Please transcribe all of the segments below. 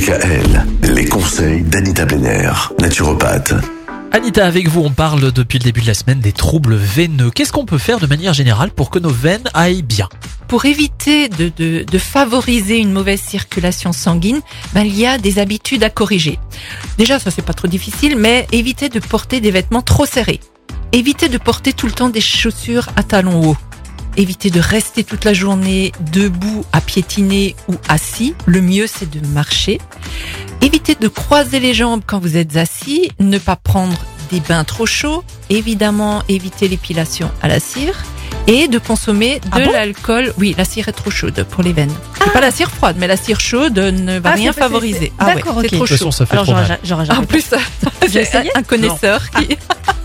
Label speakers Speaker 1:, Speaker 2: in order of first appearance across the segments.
Speaker 1: DKL, les conseils d'Anita Benner, naturopathe.
Speaker 2: Anita, avec vous, on parle depuis le début de la semaine des troubles veineux. Qu'est-ce qu'on peut faire de manière générale pour que nos veines aillent bien
Speaker 3: pour éviter de, de, de, favoriser une mauvaise circulation sanguine, ben, il y a des habitudes à corriger. Déjà, ça c'est pas trop difficile, mais évitez de porter des vêtements trop serrés. Évitez de porter tout le temps des chaussures à talons hauts. Évitez de rester toute la journée debout à piétiner ou assis. Le mieux c'est de marcher. Évitez de croiser les jambes quand vous êtes assis. Ne pas prendre des bains trop chauds. Évidemment, évitez l'épilation à la cire et de consommer de
Speaker 4: Ah bon
Speaker 3: l'alcool. Oui, la cire est trop chaude pour les veines. C'est pas la cire froide, mais la cire chaude ne va
Speaker 4: Ah,
Speaker 3: rien
Speaker 4: c'est- c'est- c'est-
Speaker 3: favoriser.
Speaker 4: d'accord,
Speaker 3: c'est
Speaker 4: ok. Ah,
Speaker 3: trop
Speaker 2: De toute
Speaker 3: chaud.
Speaker 2: façon, ça fait
Speaker 4: Alors
Speaker 2: trop
Speaker 4: j'aurais
Speaker 2: mal.
Speaker 4: j'aurais
Speaker 3: En
Speaker 4: jamais
Speaker 3: plus, j'ai
Speaker 4: essayé Ah,
Speaker 3: un connaisseur qui.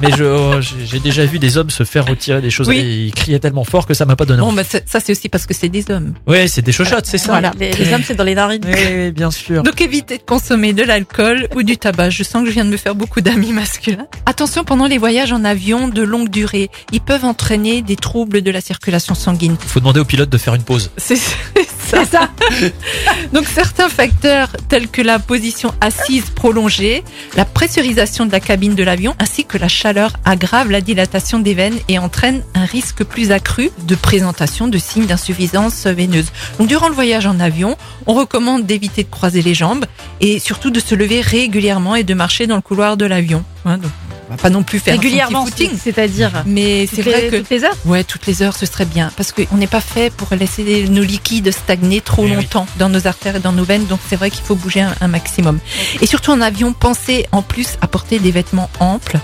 Speaker 2: Mais je- oh, j'ai j'ai déjà vu des hommes se faire retirer des choses.
Speaker 3: Oui.
Speaker 2: Et ils criaient tellement fort que ça m'a pas donné.
Speaker 3: Bon,
Speaker 2: envie.
Speaker 3: mais c'est- ça c'est aussi parce que c'est des hommes.
Speaker 2: Ouais, c'est des chochottes, c'est ça.
Speaker 3: Voilà.
Speaker 4: Les, les hommes, c'est dans les narines.
Speaker 2: Oui, oui, bien sûr.
Speaker 3: Donc évitez de consommer de l'alcool ou du tabac. Je sens que je viens de me faire beaucoup d'amis masculins. Attention pendant les voyages en avion de longue durée, ils peuvent entraîner des troubles de la circulation sanguine.
Speaker 2: Faut demander au pilote de faire une pause.
Speaker 3: C'est c'est ça. Donc certains facteurs tels que la position assise prolongée, la pressurisation de la cabine de l'avion ainsi que la chaleur aggravent la dilatation des veines et entraînent un risque plus accru de présentation de signes d'insuffisance veineuse. Donc durant le voyage en avion, on recommande d'éviter de croiser les jambes et surtout de se lever régulièrement et de marcher dans le couloir de l'avion. Hein, donc, on va pas non plus faire un
Speaker 4: Régulièrement,
Speaker 3: petit footing.
Speaker 4: c'est-à-dire.
Speaker 3: Mais
Speaker 4: Ah, C'est
Speaker 3: c'est vrai que
Speaker 4: toutes les heures.
Speaker 3: Ouais, toutes les heures, ce serait bien. Parce qu'on n'est pas fait pour laisser nos liquides stagner trop
Speaker 2: Eh oui.
Speaker 3: longtemps dans nos artères et dans nos veines. Donc, c'est vrai qu'il faut bouger un, un maximum. Et surtout, en avion, pensez en plus à porter des vêtements amples.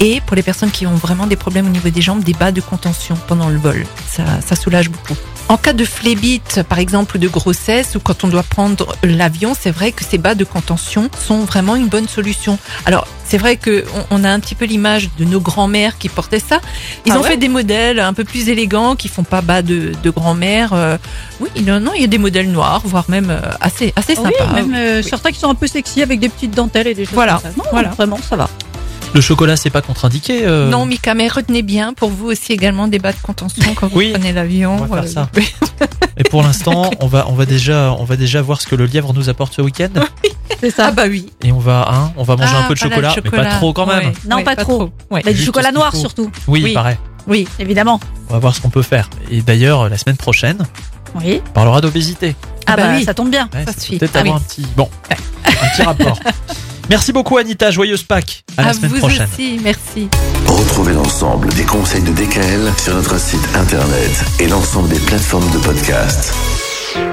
Speaker 3: Et pour les personnes qui ont vraiment des problèmes au niveau des jambes, des bas de contention pendant le vol. Ça, ça soulage beaucoup. En cas de phlébite, par exemple, ou de grossesse, ou quand on doit prendre l'avion, c'est vrai que ces bas de contention sont vraiment une bonne solution. Alors, c'est vrai que on, on a un petit peu l'image de nos grands-mères qui portaient ça. Ils
Speaker 4: Ah
Speaker 3: ont
Speaker 4: ouais
Speaker 3: fait des modèles un peu plus élégants, qui font pas bas de, de grand-mère. euh, oui, non, non, il y a des modèles noirs, voire même euh, assez, assez
Speaker 4: Oui,
Speaker 3: sympas.
Speaker 4: même euh,
Speaker 3: Oui.
Speaker 4: certains qui sont un peu sexy avec des petites dentelles et des choses
Speaker 3: Voilà.
Speaker 4: comme ça. Non,
Speaker 3: Voilà.
Speaker 4: vraiment, ça va.
Speaker 2: Le chocolat, c'est pas contre-indiqué. euh,
Speaker 3: Non, Mika, mais retenez bien pour vous aussi également des bas de contention quand vous
Speaker 2: Oui,
Speaker 3: prenez l'avion.
Speaker 2: on va faire
Speaker 3: Euh,
Speaker 2: ça. Et pour l'instant, on va, on va déjà, on va déjà voir ce que le lièvre nous apporte ce week-end.
Speaker 4: C'est
Speaker 3: Ah
Speaker 4: ça.
Speaker 3: bah oui.
Speaker 2: Et on va, hein, on va manger
Speaker 3: Ah,
Speaker 2: un peu de
Speaker 3: voilà, le
Speaker 2: chocolat, mais pas trop quand même.
Speaker 3: Ouais,
Speaker 4: Non,
Speaker 3: ouais,
Speaker 4: pas trop.
Speaker 3: Ouais.
Speaker 4: Bah, du
Speaker 2: Juste
Speaker 4: chocolat
Speaker 2: ce qu'il
Speaker 4: noir
Speaker 2: faut.
Speaker 4: surtout,
Speaker 2: Oui,
Speaker 3: Oui.
Speaker 2: pareil.
Speaker 3: Oui.
Speaker 4: évidemment.
Speaker 2: On va voir ce qu'on peut faire. Et d'ailleurs, la semaine prochaine,
Speaker 4: Oui.
Speaker 2: on parlera d'obésité.
Speaker 4: Ah
Speaker 3: bah
Speaker 4: bah,
Speaker 3: oui.
Speaker 4: ça tombe bien.
Speaker 2: Ouais,
Speaker 3: Ça
Speaker 2: c'est
Speaker 3: suit.
Speaker 2: Peut-être
Speaker 3: Ah
Speaker 2: avoir
Speaker 3: oui.
Speaker 2: un petit, bon, un petit rapport. Merci beaucoup Anita, joyeuse Pâques. À, la semaine
Speaker 3: vous
Speaker 2: prochaine.
Speaker 3: aussi, merci.
Speaker 1: Retrouvez l'ensemble des conseils de DKL sur notre site internet et l'ensemble des plateformes de podcast.